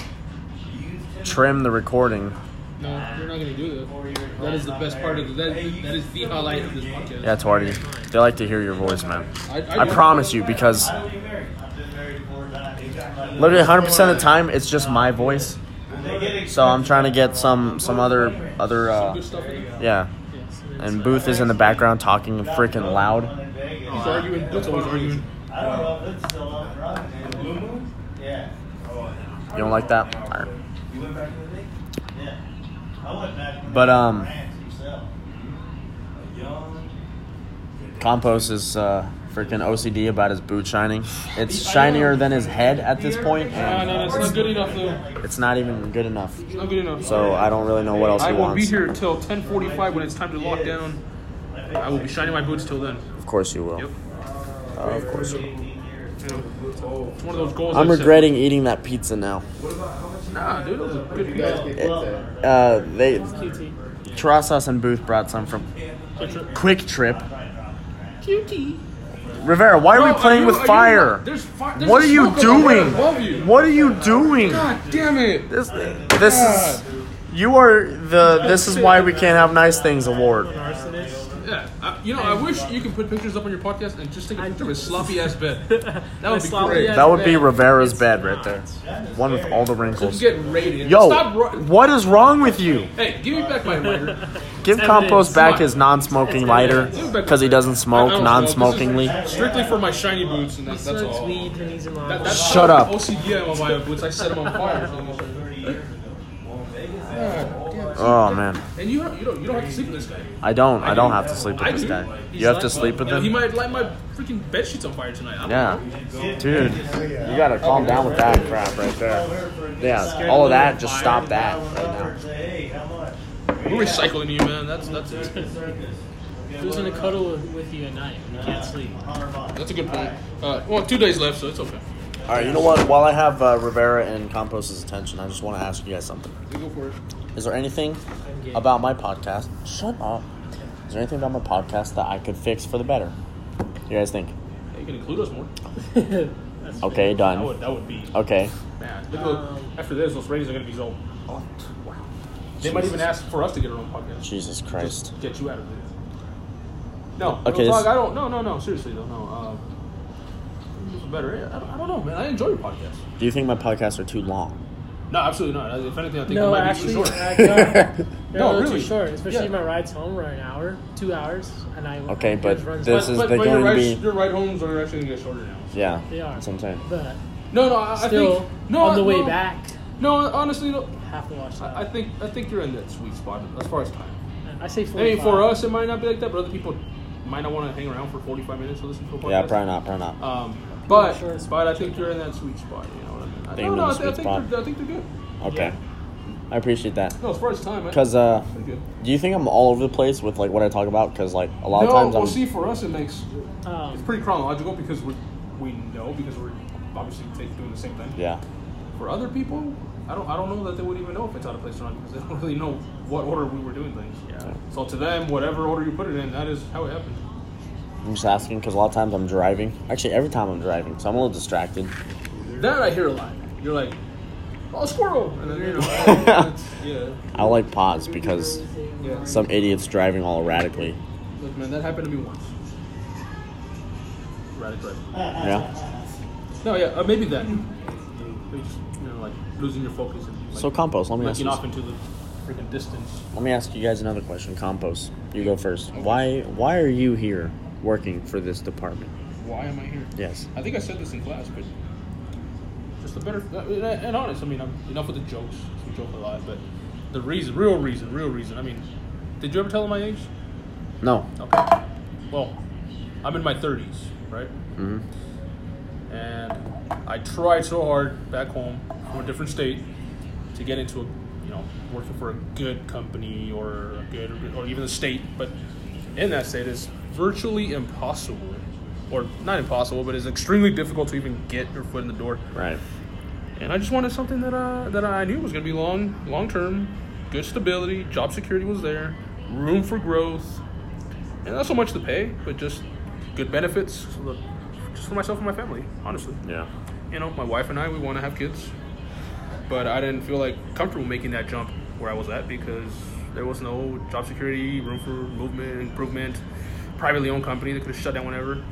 A: trim the recording.
B: no, you're not gonna do that. That is the best part of that. That is the highlight of this podcast.
A: Yeah, Torty, they like to hear your voice, man.
B: I,
A: I promise you, because
C: I've been married. I've been married four times.
A: literally 100% of the time, it's just my voice.
C: They get
A: So I'm trying to get some some other other
B: Good
A: uh,
B: stuff. He's
A: yeah. And Booth is in the background talking freaking loud.
C: in Vegas.
B: arguing. That's always arguing.
C: I don't know if it's still up and running. Blue Moon? Yeah,
A: You don't like that? All right.
G: You went back to the day?
C: yeah. I went back. when
A: But,
C: they
A: um,
C: ran it yourself.
G: A young.
A: Compost is uh, freaking OCD about his boot shining. It's shinier than his head at this point,
B: Ah, no,
A: and
B: that's not good enough though.
A: it's not even good enough.
B: It's not good enough.
A: So I don't really know what else
B: I
A: he
B: will be
A: wants.
B: here till 10:45 when it's time to lock down. I will be shining my boots till then.
A: Of course you will.
B: Yep.
A: Uh, of course you will.
B: It's one of those goals.
A: I'm
B: I set.
A: regretting eating that pizza now.
B: Nah, dude, that was a good
E: You guys
B: pizza.
E: can get that.
A: Uh, they
D: QT.
A: Terrasas and Booth brought some from Quick Trip.
D: QT.
A: Rivera, why are
B: Bro,
A: we playing
B: you-
A: with
B: you-
A: fire?
B: there's fi- there's
A: What
B: a
A: are you
B: smoke up right above
A: doing?
B: you.
A: What are you doing?
B: God damn it!
A: This this is you are the this is why we can't have nice things award.
D: Arsonist.
B: Yeah, I, you know, I wish you could put pictures up on your podcast and just take a picture of his sloppy ass
D: [LAUGHS]
B: bed. That
D: My
B: would be
D: sloppy
B: great.
D: ass-
A: That would be Rivera's bed right there. One with all
B: So
A: the
B: you
A: wrinkles.
B: get rated.
A: Yo,
B: Stop ro-
A: what is wrong with you?
B: hey, give me back
A: [LAUGHS]
B: my lighter.
A: Give
D: It's
A: Compost
D: evidence.
A: back his non-smoking lighter because he doesn't
B: I
A: smoke
B: don't know, this is
A: non-smokingly.
B: Strictly for my shiny boots, and that's, that's
D: Smokes
B: all.
D: weed when he's in law.
B: That, that's
A: Shut
B: how
A: up.
B: OCD I'm on my boots. I set them on fire. Yeah.
A: Oh man,
B: And you don't, you don't, you don't have to sleep with this guy.
A: I don't. I don't have to sleep with this guy. You have to sleep with
B: And He
A: him.
B: might light my freaking bed sheets on fire tonight. I don't
A: Yeah,
B: know.
A: dude, you gotta calm down with that crap right there. Yeah, all of that. Just stop that right now.
C: Say, hey, how much?
B: We're recycling you, man. That's that's it.
D: Who's gonna cuddle with, with you at night when you can't sleep?
B: That's a good point. Uh, well, two days left, so it's okay.
A: All right, you know what? While I have uh, Rivera and Compost's attention, I just want to ask you guys something.
B: We go for it.
A: Is there anything
D: I'm gay.
A: about my podcast? Shut up. Is there anything about my podcast that I could fix for the better? You guys think?
B: Yeah, You can include us more.
D: That's
A: Okay,
B: That
A: done.
B: would that would be
A: Okay.
B: mad. Look, look,
A: Um,
B: after this, those ratings are gonna be so. Wow. They might even ask for us to get our own podcast.
A: Jesus Christ.
B: Just get you out of it. No.
A: Okay,
B: No,
A: this-
B: dog, I don't. No, no, no. Seriously, though, no. Uh, it's better. I don't, I don't know, man. I enjoy your podcast.
A: Do you think my podcasts are too long?
B: No, absolutely not. If anything, I think it
D: No,
B: might
D: actually,
B: be too short.
D: I got, they're
B: No,
D: a little
B: really.
D: too short. Especially
B: Yeah.
D: my rides home are an hour, two hours, and I
A: Okay,
D: my
A: but
D: kids runs
A: this
D: by.
A: is
B: but
A: they're
B: but your,
A: going to
B: ride,
A: be-
B: your ride homes are actually gonna get shorter now.
A: [LAUGHS] Yeah.
D: They are.
A: That's what I'm saying.
D: But
B: No, no. I, I
D: still,
B: think no.
D: on the way
B: no,
D: back,
B: No, honestly, no.
D: have to watch that.
B: I, I think I think you're in that sweet spot as far as time.
D: I say
B: I
D: four.
B: mean, for us, it might not be like that, but other people might not want to hang around for 45 minutes to listen to a podcast.
A: Yeah, probably not. Probably not.
B: Um, but
D: Sure.
B: but I think you're in that sweet spot. You know what I mean? I, no,
A: Think I'm in
B: no, I, thi- I
A: the sweet
B: think
A: spot.
B: they're, I think they're good.
A: Okay. I appreciate that.
B: No, it's first time. I-
A: Cause uh,
B: Pretty good.
A: do you think I'm all over the place with like what I talk about? Cause like a lot
B: no,
A: of times
B: well,
A: I'm.
B: see, for us, it makes
D: Um,
B: it's pretty chronological because we we know because we're obviously ta- doing the same thing.
A: Yeah.
B: For other people, I don't I don't know that they would even know if it's out of place or not because they don't [LAUGHS] really know what order we were doing things.
A: Yeah.
B: So to them, whatever order you put it in, that is how it happened.
A: I'm just asking because a lot of times I'm driving. Actually, every time I'm driving, so I'm a little distracted.
B: That I hear a lot. You're like, oh squirrel, and then you know,
A: [LAUGHS]
B: that's, yeah.
A: I like pause because
B: Yeah.
A: some idiot's driving all erratically.
B: Look, man, that happened to me once. Right, right.
A: Yeah.
B: No, yeah, uh, maybe that. Maybe just, you know, like losing your focus and like,
A: So compost. Let me ask
B: looking
A: you.
B: off into the freaking distance.
A: Let me ask you guys another question. Compost, you go first. Why? Why are you here working for this department?
B: Why am I here?
A: Yes.
B: I think I said this in class, but just a better uh, and honest. I mean, I'm enough with the jokes. We joke a lot, but the reason, real reason, real reason. I mean, did you ever tell them my age?
A: No.
B: Okay. Well, I'm in my 30s, right?
A: hmm
B: And I tried so hard back home from a different state to get into a, you know, working for a good company or a good or even the state, but in that state is virtually impossible, or not impossible, but it's extremely difficult to even get your foot in the door.
A: Right.
B: And I just wanted something that uh, that I knew was going to be long long term, good stability, job security was there, room for growth, and not so much the pay, but just good benefits, so the- just for myself and my family, honestly.
A: Yeah.
B: You know, my wife and I we want to have kids, but I didn't feel like comfortable making that jump where I was at because there was no job security, room for movement, improvement, privately owned company that could have shut down whenever,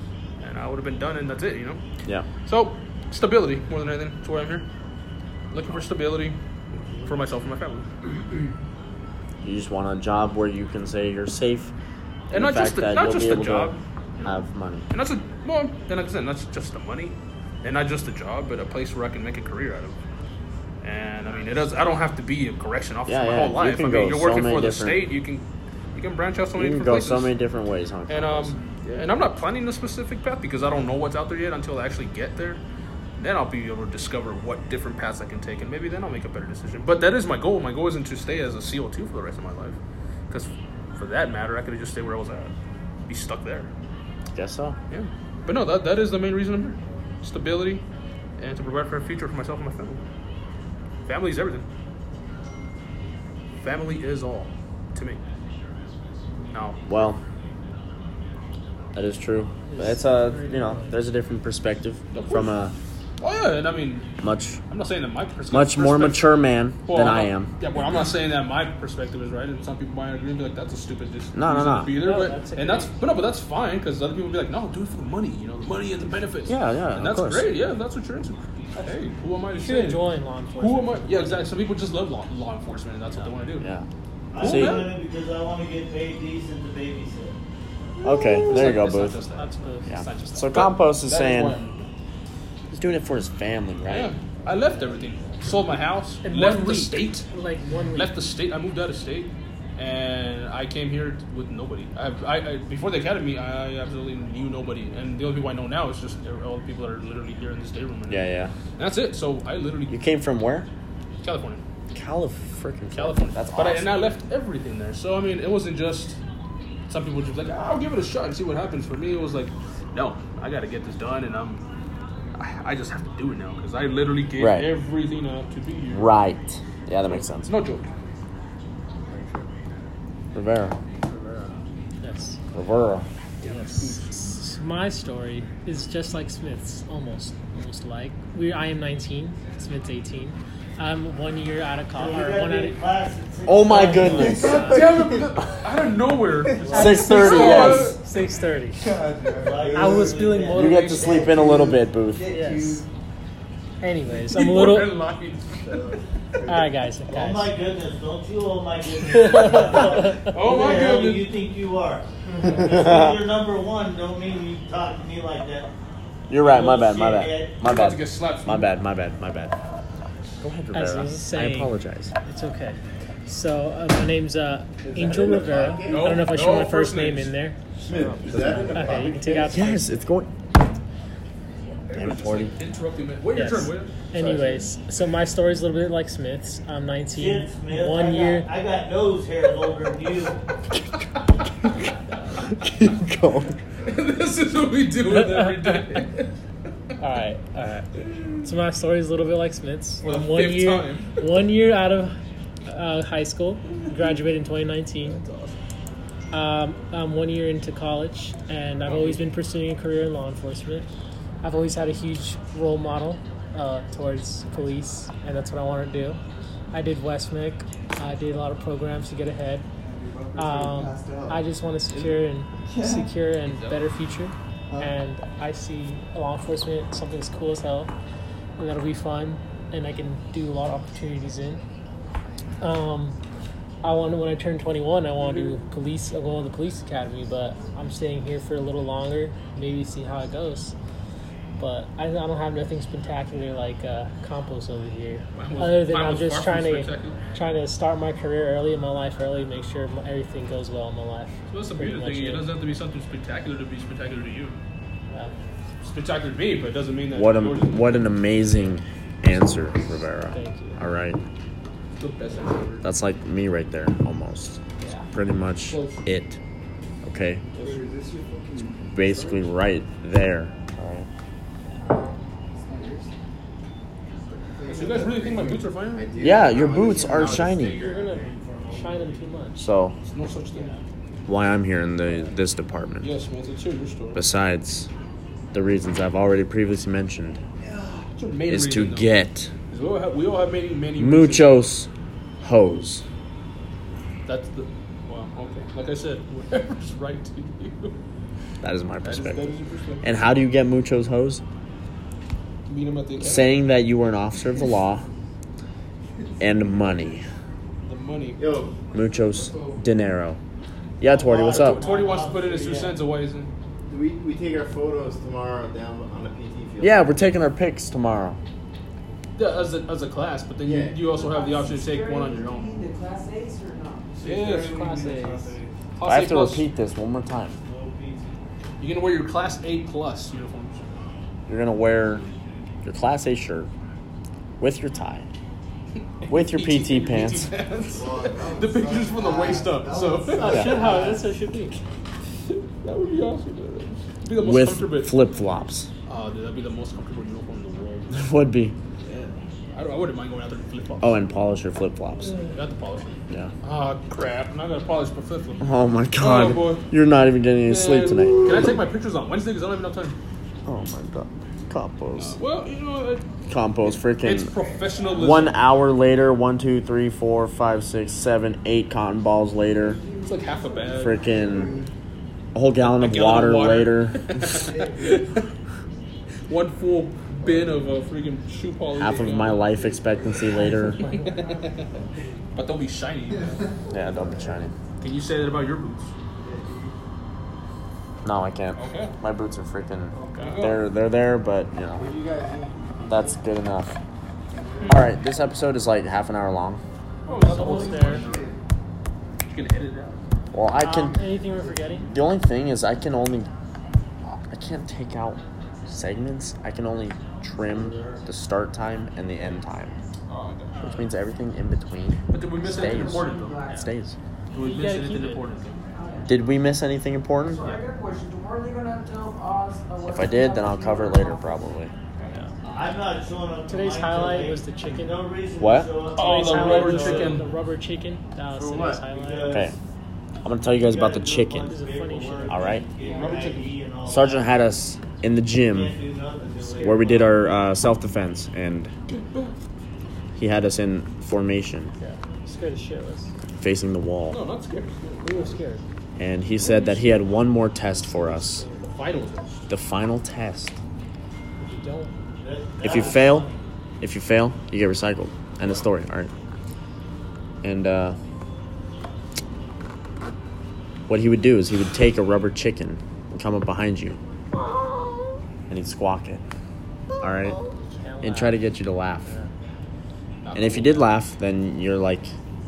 B: and I would have been done, and that's it. You know.
A: Yeah.
B: So, stability more than anything. That's why I'm here. Looking for stability for myself and my family.
A: You just want a job where you can say you're safe,
B: And
A: in
B: not
A: the fact
B: just a-
A: that
B: not
A: you'll
B: just
A: be
B: a
A: able
B: job.
A: to have money.
B: And that's a, well, then like I said, that's just the money. And not just a job, but a place where I can make a career out of. And I mean, it does. I don't have to be a correction officer
A: Yeah,
B: my
A: yeah,
B: whole
A: you
B: life.
A: can
B: I
A: go
B: mean, you're
A: so
B: working
A: many
B: for the
A: different-
B: state. You can you can branch out so
A: You
B: many
A: can
B: different
A: go
B: places.
A: so many different ways, huh?
B: And um, and I'm not planning a specific path because I don't know what's out there yet until I actually get there. Then I'll be able to discover what different paths I can take, and maybe then I'll make a better decision. But that is my goal. My goal isn't to stay as a CO2 for the rest of my life, because for that matter, I could have just stayed where I was at, be stuck there.
A: guess so.
B: Yeah. But no, that that is the main reason I'm here: stability, and to provide for a future for myself and my family. Family is everything. Family is all, to me. Now,
A: Well, that is true. But It's a you know, there's a different perspective
B: Of
A: from a
B: oh yeah, and I mean,
A: much
B: I'm not saying that my perspective.
A: much more
B: perspective-
A: mature man
B: Well, uh-huh.
A: than
B: I'm
A: I
B: not-
A: am.
B: Yeah, well, I'm not saying that my perspective is right, and some people might agree and be like, "That's a stupid dis-
A: No, no,
B: reason
A: no.
B: to be there."
D: No,
B: but
D: that's
B: and that's but no, but that's fine because other people be like, "No, do it for the money, you know, the money and the benefits."
A: Yeah, yeah, of
B: and that's
A: course.
B: great. Yeah, if that's what you're into. Hey, who am I to
D: you
B: say?
D: should enjoy law enforcement.
B: Who am I? Yeah, exactly. Some people just love law, law enforcement, and that's what they want to do.
A: Yeah.
C: I'm
A: See-
C: doing it because I want to get paid decent to babysit.
A: Okay,
B: It's
A: there you
B: not-
A: go,
B: it's not
A: Booth.
B: just that.
D: That's good.
A: Yeah.
D: It's not just
A: So
D: that.
A: Compost is
B: That
A: saying
B: why I'm-
A: he's doing it for his family,
B: I
A: right?
B: am. I left everything. Sold my house.
D: In
B: left
D: one
B: the
D: week.
B: state.
D: Like one week.
B: left the state. I moved out of state, and I came here with nobody. I, I, I before the academy, I absolutely knew nobody, and the only people I know now is just er, all the people that are literally here in this day room.
A: Yeah, yeah.
B: And that's it. So I literally
A: You came from where?
B: California,
A: California.
B: California.
A: That's
B: but I,
A: awesome.
B: and I left everything there. So I mean, it wasn't just some people just like I'll give it a shot and see what happens. For me, it was like, no, I got to get this done, and I'm. I I just have to do it now because I literally gave
A: Right.
B: everything up to be here.
A: Right. Yeah, that makes sense.
B: It's no joke.
A: Rivera.
D: Yes.
A: Rivera.
D: Yes. My story is just like Smith's, almost, almost like. We, I am 19. Smith's 18. I'm one year out of college.
C: We
D: Or
C: gotta
D: one
C: be
D: out
C: in
D: of,
C: class at six.
A: Oh my goodness.
F: [LAUGHS]
B: Damn it, out of
A: [LAUGHS]
B: nowhere. [LAUGHS]
A: Six
D: [LAUGHS]
A: thirty. Yes.
D: 6:30.
F: God, man.
D: I was feeling
A: You get to sleep in a little bit, Booth.
D: Yes. Anyways, I'm a
B: People [LAUGHS] are
D: little.
B: lying. [LAUGHS]
D: All right, guys.
C: Oh
D: guys.
C: my goodness, don't you? Oh my goodness.
B: Oh
C: Who
B: my
C: the hell
B: goodness.
C: You think you are? Just 'cause you're number one, don't mean you talk to me like that.
A: [LAUGHS] You're right. My bad. My bad. My
B: You're about to get
A: bad.
B: slapped.
A: My bad. My bad. My bad. Go ahead,
D: As
A: Rivera.
D: I was saying-
A: I apologize.
D: It's okay. So uh, my name's uh, Angel
E: in the
D: Rivera.
E: podcast?
D: I don't know if I
B: No,
D: show my
B: no
D: first
B: first [LAUGHS]
D: name
B: names.
D: in there.
E: Smith, is that in the
D: Okay, you can
E: podcast?
D: take out.
A: Yes, it's going. And 40.
B: Interrupting, man. Wait
D: Yes.
B: your turn, will [LAUGHS] you?
D: Anyways, so my story's a little bit like Smith's. I'm 19.
C: Kid Smith, I
D: One
C: got-
D: year.
C: I got nose hairs older than you.
A: Keep going.
B: this is what we do with every [LAUGHS] day.
D: [LAUGHS] All right, all right. So my story's a little bit like Smith's.
B: For the
D: I'm one
B: fifth
D: year,
B: time.
D: [LAUGHS] one year out of uh, high school, graduated in 2019. Um, I'm one year into college, and I've always been pursuing a career in law enforcement. I've always had a huge role model uh, towards police, and that's what I want to do. I did Westmic. I did a lot of programs to get ahead. Um, I just want to secure and secure and better future, and I see law enforcement something that's cool as hell, and that'll be fun, and I can do a lot of opportunities in. Um, I want to when I turn 21, I want to do police. I'm going to the police academy, but I'm staying here for a little longer, maybe see how it goes. But I, I don't have nothing spectacular like uh, Campos over here.
B: Mine was-
D: Other than
B: mine
D: I'm
B: was
D: just
B: far from
D: trying to
B: spectacular.
D: trying to start my career early in my life early, make sure my, everything goes well in my life.
B: So that's the
D: Pretty
B: beauty
D: much
B: thing. It doesn't have to be something spectacular to be spectacular to you.
D: Yeah.
B: Spectacular to me, but it doesn't mean that.
A: What a
B: yours is
A: what an amazing answer, Rivera.
D: Thank you.
A: All right,
B: the best answer ever.
A: that's like me right there, almost.
D: Yeah.
A: Pretty much it. Okay. Basically, right there. All right.
B: So you guys really think my boots are fine?
A: Yeah, your boots are shiny.
D: You're gonna shine them too much.
A: So
B: There's no such thing.
A: why I'm here in the this department.
B: Yes, man. So share your story.
A: Besides the reasons I've already previously mentioned,
B: What's your main
A: is to
B: reason, though?
A: get
B: 'Cause We all have, we all have many, many. reasons.
A: muchos hoes.
B: That's the. Wow. Okay. Like I said, [LAUGHS] whatever's right to you.
A: That is my
B: That is, that
A: perspective.
B: is your perspective.
A: And how do you get muchos hoes?
B: Meet him at the academy.
A: Saying that you were an officer of the law and money.
B: The money.
E: Yo,
A: Muchos dinero. Yeah, Torty, what's up?
B: Tori wants to put in his two cents. So why isn't?
E: do we, we take our photos tomorrow down on the PT field.
A: Yeah, we're taking our pics tomorrow.
B: Yeah, as a, as a class, but then
E: Yeah.
B: you, you also have the option to take one on your own.
H: The class A's or not?
B: Yes.
D: Class A's.
A: I have to repeat this one more time.
B: You're gonna wear your class A plus uniforms.
A: You're gonna wear your Class A shirt with your tie, with your
B: [LAUGHS]
A: PT pants.
B: the pictures from the waist up. So [LAUGHS]
D: Oh,
A: Yeah.
D: shit, how that's how it should be.
B: that would be awesome. Dude. Be the most comfortable.
A: with flip flops.
B: Oh, dude, that'd be the most comfortable uniform in the world.
A: Would be.
B: Yeah. [LAUGHS] I, don't- I wouldn't mind going out there in flip flops.
A: Oh, and polish your flip flops.
B: You have to polish them.
A: Yeah.
B: Ah, crap. I'm not gonna polish my flip flops.
A: Oh my god.
B: boy.
A: You're not even getting any sleep
B: Can I
A: tonight.
B: take my pictures on Wednesday? Because I don't have enough time.
A: Oh my god. Compost.
B: Well, you know, it-
A: Compost.
B: it's
A: Freaking.
B: professionalism.
A: One hour later, one, two, three, four, five, six, seven, eight cotton balls later.
B: It's like half a bag.
A: Freaking. A whole gallon of
B: gallon
A: water,
B: of water. [LAUGHS]
A: later.
B: One full bin of a freaking shoe polish.
A: half of my life expectancy later.
B: [LAUGHS] But don't be shiny. man.
A: Yeah, don't be shiny.
B: Can you say that about your boots?
A: No, I can't.
B: Okay.
A: My boots are freaking.
B: Okay.
A: They're they're there, but you know.
E: You guys do-
A: That's good enough. All right, this episode is like half an hour long.
B: Oh, it's almost
D: Almost
B: there.
D: there.
B: You can edit it out.
A: Well, I
D: Um,
A: can.
D: anything we're forgetting?
A: The only thing is, I can only. I can't take out segments. I can only trim the start time and the end time,
B: Oh, okay.
A: which means everything in between
B: But did we miss anything
A: Stays.
B: important though?
A: stays.
B: Did we
D: You
B: miss
D: gotta keep
B: anything
D: it.
B: important? though?
A: Did we miss anything important?
H: So I got a question. Tomorrow they're gonna tell us. uh, what
A: If I
H: the
A: did, then I'll
H: topic
A: cover it
H: is.
A: later, probably.
C: I'm not showing up. to
D: Today's
C: mine
D: highlight
C: today.
D: was the chicken.
C: No reason to
A: What?
C: show up.
B: Oh, the
D: Today's highlight
B: rubber
D: was the-
B: chicken.
D: uh, The rubber chicken. That was
E: For
D: today's
E: what?
D: highlight.
A: Okay, I'm gonna tell you guys about the chicken.
D: This is a funny show.
A: All right.
C: Sergeant
A: Sergeant had us in the gym where we did our uh, self-defense, and he had us in formation,
D: Yeah. Scared as shit was.
A: facing the wall.
B: No, not scary.
D: We were scared.
A: and he said that he had one more test for us
B: The vital test.
A: the final test
D: If you don't,
A: if you fail if you fail you get recycled end of story all right and uh, what he would do is he would take a rubber chicken and come up behind you and he'd squawk it all right
D: can't
A: and
D: laugh.
A: try to get you to laugh and if you did laugh then you're like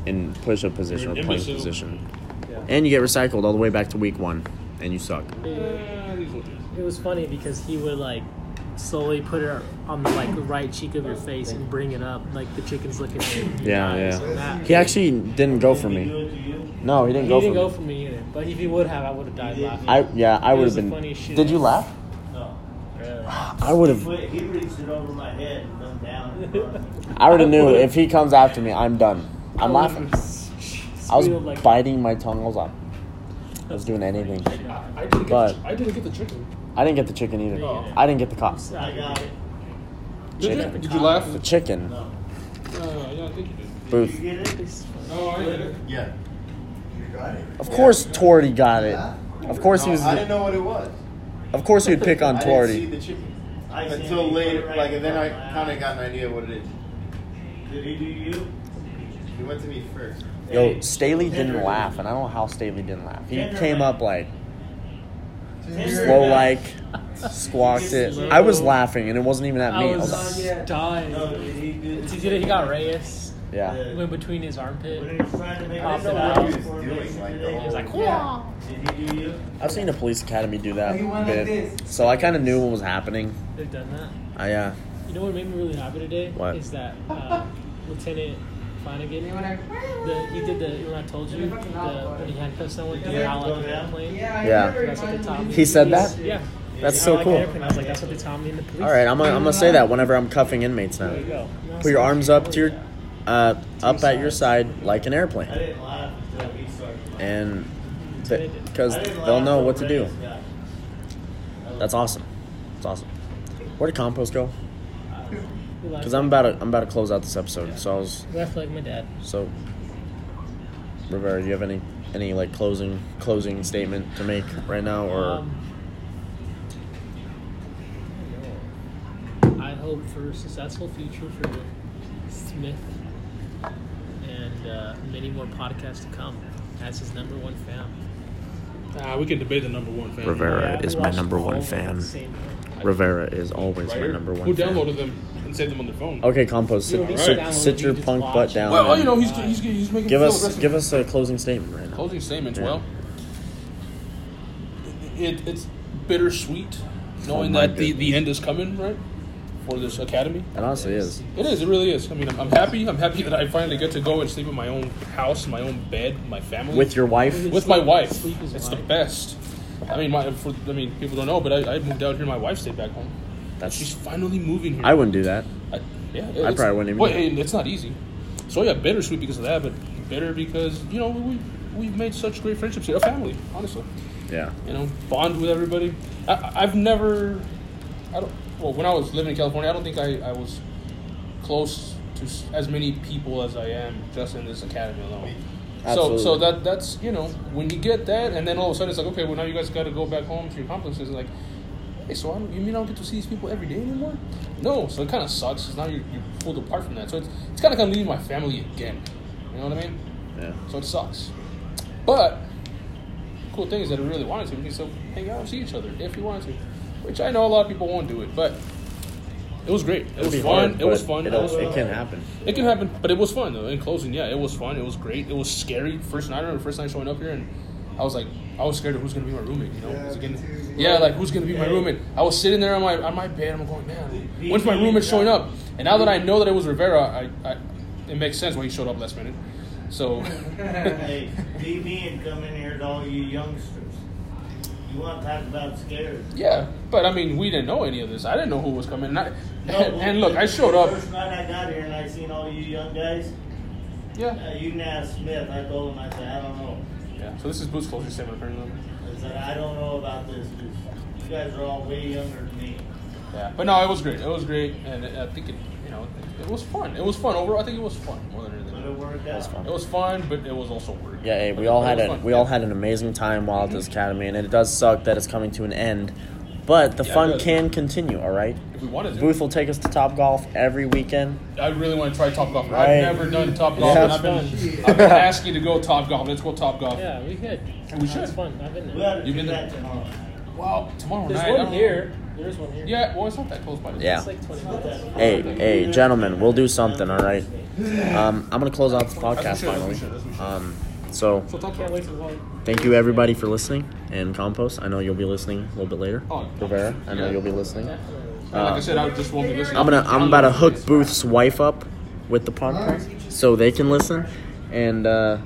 A: in push-up position
B: You're
A: or
B: an
A: plank
B: imbecile.
A: position
D: Yeah.
A: and you get recycled all the way back to week one and you suck
B: Uh, these ones.
D: It was funny because he would like slowly put it on the like the right cheek of your face and bring it up, like the chicken's looking at you.
A: Yeah,
D: eyes
A: yeah.
D: and that.
A: He actually didn't go for
C: Do
A: me.
C: it to you.
A: No, he
D: He
A: didn't go
D: didn't
A: for
D: go
A: me.
D: for me either. But if he would have, I would have died laughing.
A: I yeah, I
D: It
A: would
D: was
A: have
D: the
A: been.
D: funniest shit.
A: Did you laugh?
C: No.
D: Really.
A: I would have.
C: Wait, he reached it over my head and come down in front of me.
A: I would have knew if he comes after me, I'm done.
D: I
A: I'm
D: would've [LAUGHS]
A: laughing.
D: s-
A: I was
D: squealed like-
A: biting my tongue. I was like, I was doing
D: [LAUGHS]
A: anything.
B: I, I didn't get the,
A: But-
B: chi- I didn't get the chicken.
A: I didn't get the chicken either.
D: Oh.
A: I didn't get the
D: I'm
A: cops.
D: sorry.
C: I got it.
B: Did you?
A: Chicken.
B: Did you laugh?
A: The chicken
C: No.
B: Uh, yeah, I think you did.
C: Did
A: booth.
C: you get it?
B: No, I did. it.
E: Yeah.
F: You got it.
A: Of course, Torty got it. Of course, he was.
E: I didn't know what it was.
A: Of course, he'd pick [LAUGHS] on
E: I didn't see
A: Torty.
E: the chicken
C: I seen
E: until
C: it.
E: later. Like, and then I
C: Right.
E: kind of got an idea what it is.
C: Did he do you?
E: He went to me first.
A: Yo, Staley didn't laugh, and I don't know how Staley didn't laugh. He came up like slow, like squawked it. I was laughing, and it wasn't even at
D: I
A: me. I
D: was
A: was like,
C: No, did
D: dying.
C: he do
D: He did it. He got Reyes.
A: yeah.
D: Went between his armpit.
C: When he was trying to make
D: Popped
C: a
D: it
C: noise
D: out.
C: for
E: He was
C: me
E: doing, like, the
C: today,
D: He was like,
F: Yeah.
D: "Whoa."
C: Did he do you?
A: I've seen a police academy do that
F: He went like
A: bit,
F: this.
A: so I kind of knew what was happening.
D: They've done that.
A: I uh,
D: You know what made me really happy today?
A: What?
D: Is that uh, Lieutenant Flanagan? The, he did the, when I told you, the, when he handcuffed someone, he did
C: Yeah.
D: not like an airplane.
F: Yeah, I
A: Yeah.
F: remember
D: That's what they taught me.
A: He said that?
D: Yeah.
A: that's
D: I
A: so
D: like
A: cool.
D: Airplane. I was like, that's what they taught me in the police.
A: All right, I'm gonna, I'm gonna say that whenever I'm cuffing inmates now.
D: There you go.
A: Put your arms up to your, uh, up at your side like an
C: I
A: airplane,
C: didn't laugh until he started. laughing.
A: and because
C: I didn't laugh
A: they'll know
C: till
A: what to do.
C: Reyes got it.
A: That's awesome. That's awesome. Where did compost go?
D: He laughed.
A: Because I'm about to, I'm about to close out this episode. So I was
D: He laughed like my dad.
A: so. Rivera, do you have any any like closing closing statement to make right now, or
D: Um,
B: Um,
D: I don't know. I hope for a successful future for Smith and uh, many more podcasts to come as his number one fan.
B: Nah, we can debate the number one fan.
A: Rivera
D: Yeah, we
A: is my
D: watched
A: number
D: all
A: one
D: of them at
A: fan.
D: the same time.
A: Rivera is always
B: Right
A: my
B: here.
A: number one.
B: Who
A: fan. Oh,
B: downloaded them and saved them on their phone?
A: Okay, compost. Sit,
D: You don't
A: sit,
D: need to
A: sit
D: download,
A: your
D: you just
A: punk
D: watch
A: butt
D: it.
A: down.
B: Well, oh,
A: and
B: you know he's he's, he's making
A: give
B: me feel
A: us
B: aggressive.
A: give us a closing statement right now.
B: closing statements.
A: Yeah.
B: Well, it, it's bittersweet knowing
A: Oh my
B: that the, the
A: goodness.
B: end is coming right for this academy.
A: It honestly is.
B: It is. It really is. I mean, I'm, I'm happy. I'm happy that I finally get to go and sleep in my own house, my own bed, my family
A: With your wife,
B: with my wife.
D: Sleep is
B: It's the
D: life.
B: best. I mean, my for, I mean, people don't know, but I, I moved out here. My wife stayed back home.
A: that's.
B: She's finally moving here.
A: I wouldn't do that.
B: I, yeah,
A: I
B: it's-
A: probably wouldn't even
B: Well,
A: do it.
B: and it's not easy. So yeah, bittersweet because of that, but bitter because you know we we've made such great friendships here, a family, honestly.
A: Yeah.
B: You know, bond with everybody. I- I, I've never, I don't. Well, when I was living in California, I don't think I, I was close to s- as many people as I am just in this academy alone. So, so
A: Absolutely.
B: that that's you know when you get that, and then all of a sudden it's like okay, well now you guys got to go back home to your complexes. Like, hey, so I don't, you mean I don't get to see these people every day anymore? No, so it kind of sucks. 'cause now you're, you're pulled apart from that. So it's it's kind of like I'm leaving my family again. You know what I mean?
A: Yeah.
B: So it sucks. But cool thing is that I really wanted to. We can still hang out and see each other if you wanted to, which I know a lot of people won't do it, but it was great. It
A: It'd
B: was
A: be
B: fun.
A: hard,
B: it was
A: but
B: fun.
A: It,
B: It was
A: it
B: fun.
A: can happen.
B: It can happen, but it was fun though. In closing, yeah, it was fun. It was great. It was scary. First night, I remember the first night showing up here, and I was like, I was scared of who's gonna be my roommate. You know,
F: Yeah,
B: Is it gonna-
F: me too.
B: yeah, like who's gonna be my roommate? I was sitting there on my on my bed. I'm going, man, when's my roommate showing up? And now that I know that it was Rivera, I, I it makes sense why he showed up last minute. So
C: Hey, be me and come in here to all you youngsters. You want to talk about scared?
B: Yeah, but I mean, we didn't know any of this. I didn't know who was coming. And, I, [LAUGHS]
C: No,
B: and, [LAUGHS] and look, I showed
C: The [LAUGHS]
B: up.
C: first night I got here and I seen all you young guys,
B: Yeah.
C: uh, you can ask Smith. I told him, I said, I don't know.
B: Yeah. So this is Boots' closing statement, apparently.
C: I said, I don't know about this. 'cause You guys are all way younger than me.
B: Yeah. But no, it was great. It was great, and I think it, you know, it, it was fun. It was fun overall. I think it was fun more than
C: But
B: anything.
C: it worked out.
A: fun.
B: It was fun, but it was also work.
A: Yeah, hey, we
B: But
A: all
B: it
A: had
B: was
A: a
B: fun.
A: we all had an amazing time while at this academy, and it does suck that it's coming to an end, but the
B: Yeah, it
A: fun
B: does.
A: can continue. All right,
B: If we wanted to,
A: Booth will take us to Top Golf every weekend.
B: I really want to try Top Golf.
A: Right.
B: I've never done Top Golf,
A: Yeah.
B: and I've been, I've been asking to go Top Golf. Let's go Top Golf.
D: Yeah, we could.
B: we
D: That's
B: should.
D: fun. I've been
C: We
D: there.
C: ought to
B: You've
C: do
B: been
C: that
B: there.
C: tomorrow.
B: Wow. Tomorrow
D: There's
B: night. I
D: one
B: don't know.
D: here. There's one here.
B: Yeah. Well, it's not that close by.
A: Yeah.
D: It's like 20
C: Not that
D: minutes.
C: far.
A: Hey, hey, gentlemen, we'll do something. All right, um, I'm gonna close out the podcast finally. Um, so
B: So Top
D: Can't
B: Golf.
D: wait to vlog.
A: thank you everybody for listening. And compost, I know you'll be listening a little bit later.
B: Oh.
A: Rivera, I know you'll be listening. Uh,
D: Definitely.
B: And like I said, I just won't be listening.
A: I'm gonna I'm about to hook Booth's wife up with the podcast so they can listen, and uh,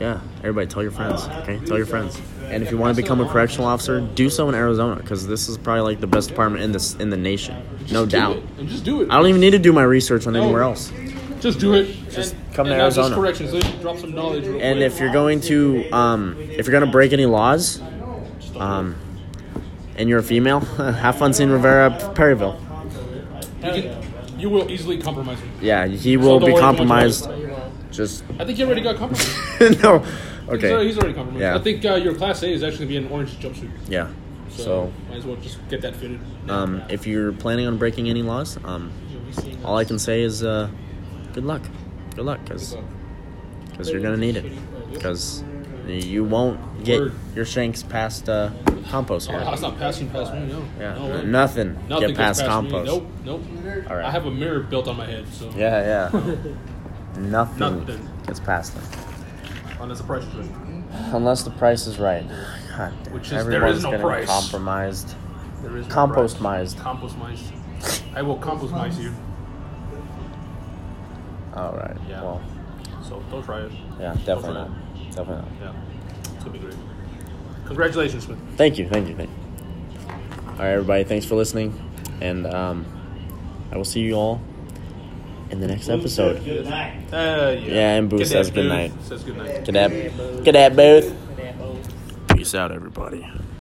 A: yeah, everybody tell your friends. Okay, tell your friends. And if you want to become a correctional officer, do so in Arizona because this is probably like the best department in this in the nation,
B: Just
A: no
B: do
A: doubt.
B: it. And just do it.
A: I don't even need to do my research on
B: No.
A: anywhere else.
B: Just do it. Just
A: come to
B: and not Just
A: Arizona.
B: corrections. They should drop some knowledge. Real
A: And
B: quick.
A: if you're going to um, if you're gonna break any laws, um, and you're a female, [LAUGHS] have fun seeing Rivera Perryville.
B: you, can, you will easily compromise. Them.
A: Yeah, he will
B: don't
A: be
B: worry too much about it.
A: compromised. Just [LAUGHS]
B: I think you already got compromised.
A: no.
B: He's already,
A: Okay.
B: he's already compromised.
A: Yeah.
B: I think uh, your class A is actually gonna be an orange jumpsuit.
A: Yeah.
B: So,
A: So,
B: might as well just get that fitted.
A: um, if you're planning on breaking any laws, um, all I can say is uh, good luck. Good luck, because
B: So,
A: you're gonna need it.
B: uh,
A: Because you won't get
B: Word.
A: your shanks past uh, compost.
B: oh, it's
A: hard.
B: not passing past me. No.
A: Yeah.
B: No way.
A: Nothing.
B: Nothing gets
A: get past,
B: me.
A: compost.
B: Nope. Nope.
A: All right.
B: I have a mirror built on my head, so
A: yeah, yeah.
B: [LAUGHS]
A: Nothing,
B: Nothing.
A: gets past them
B: on as a price trade.
A: unless the price is right. God damn,
B: Which is- there is
A: everyone's
B: no
A: getting
B: price.
A: compromised.
B: There is no
A: Compost
B: price.
A: mised.
B: Compost mice. I will compost mice you.
A: All right.
B: Yeah.
A: Well,
B: So don't try it.
A: yeah,
B: that.
A: definitely not. Definitely not.
B: Yeah. It's gonna be great. Congratulations, Smith.
A: Thank you, thank you, thank you. All right, everybody, thanks for listening, and um, I will see you all in the next episode.
C: Good night.
B: Uh, yeah.
A: Yeah, and Boo
B: Good
A: says
B: night,
A: good
B: Boo.
A: night.
B: Says good night.
A: Good Booth. Good Booth. Peace out, everybody.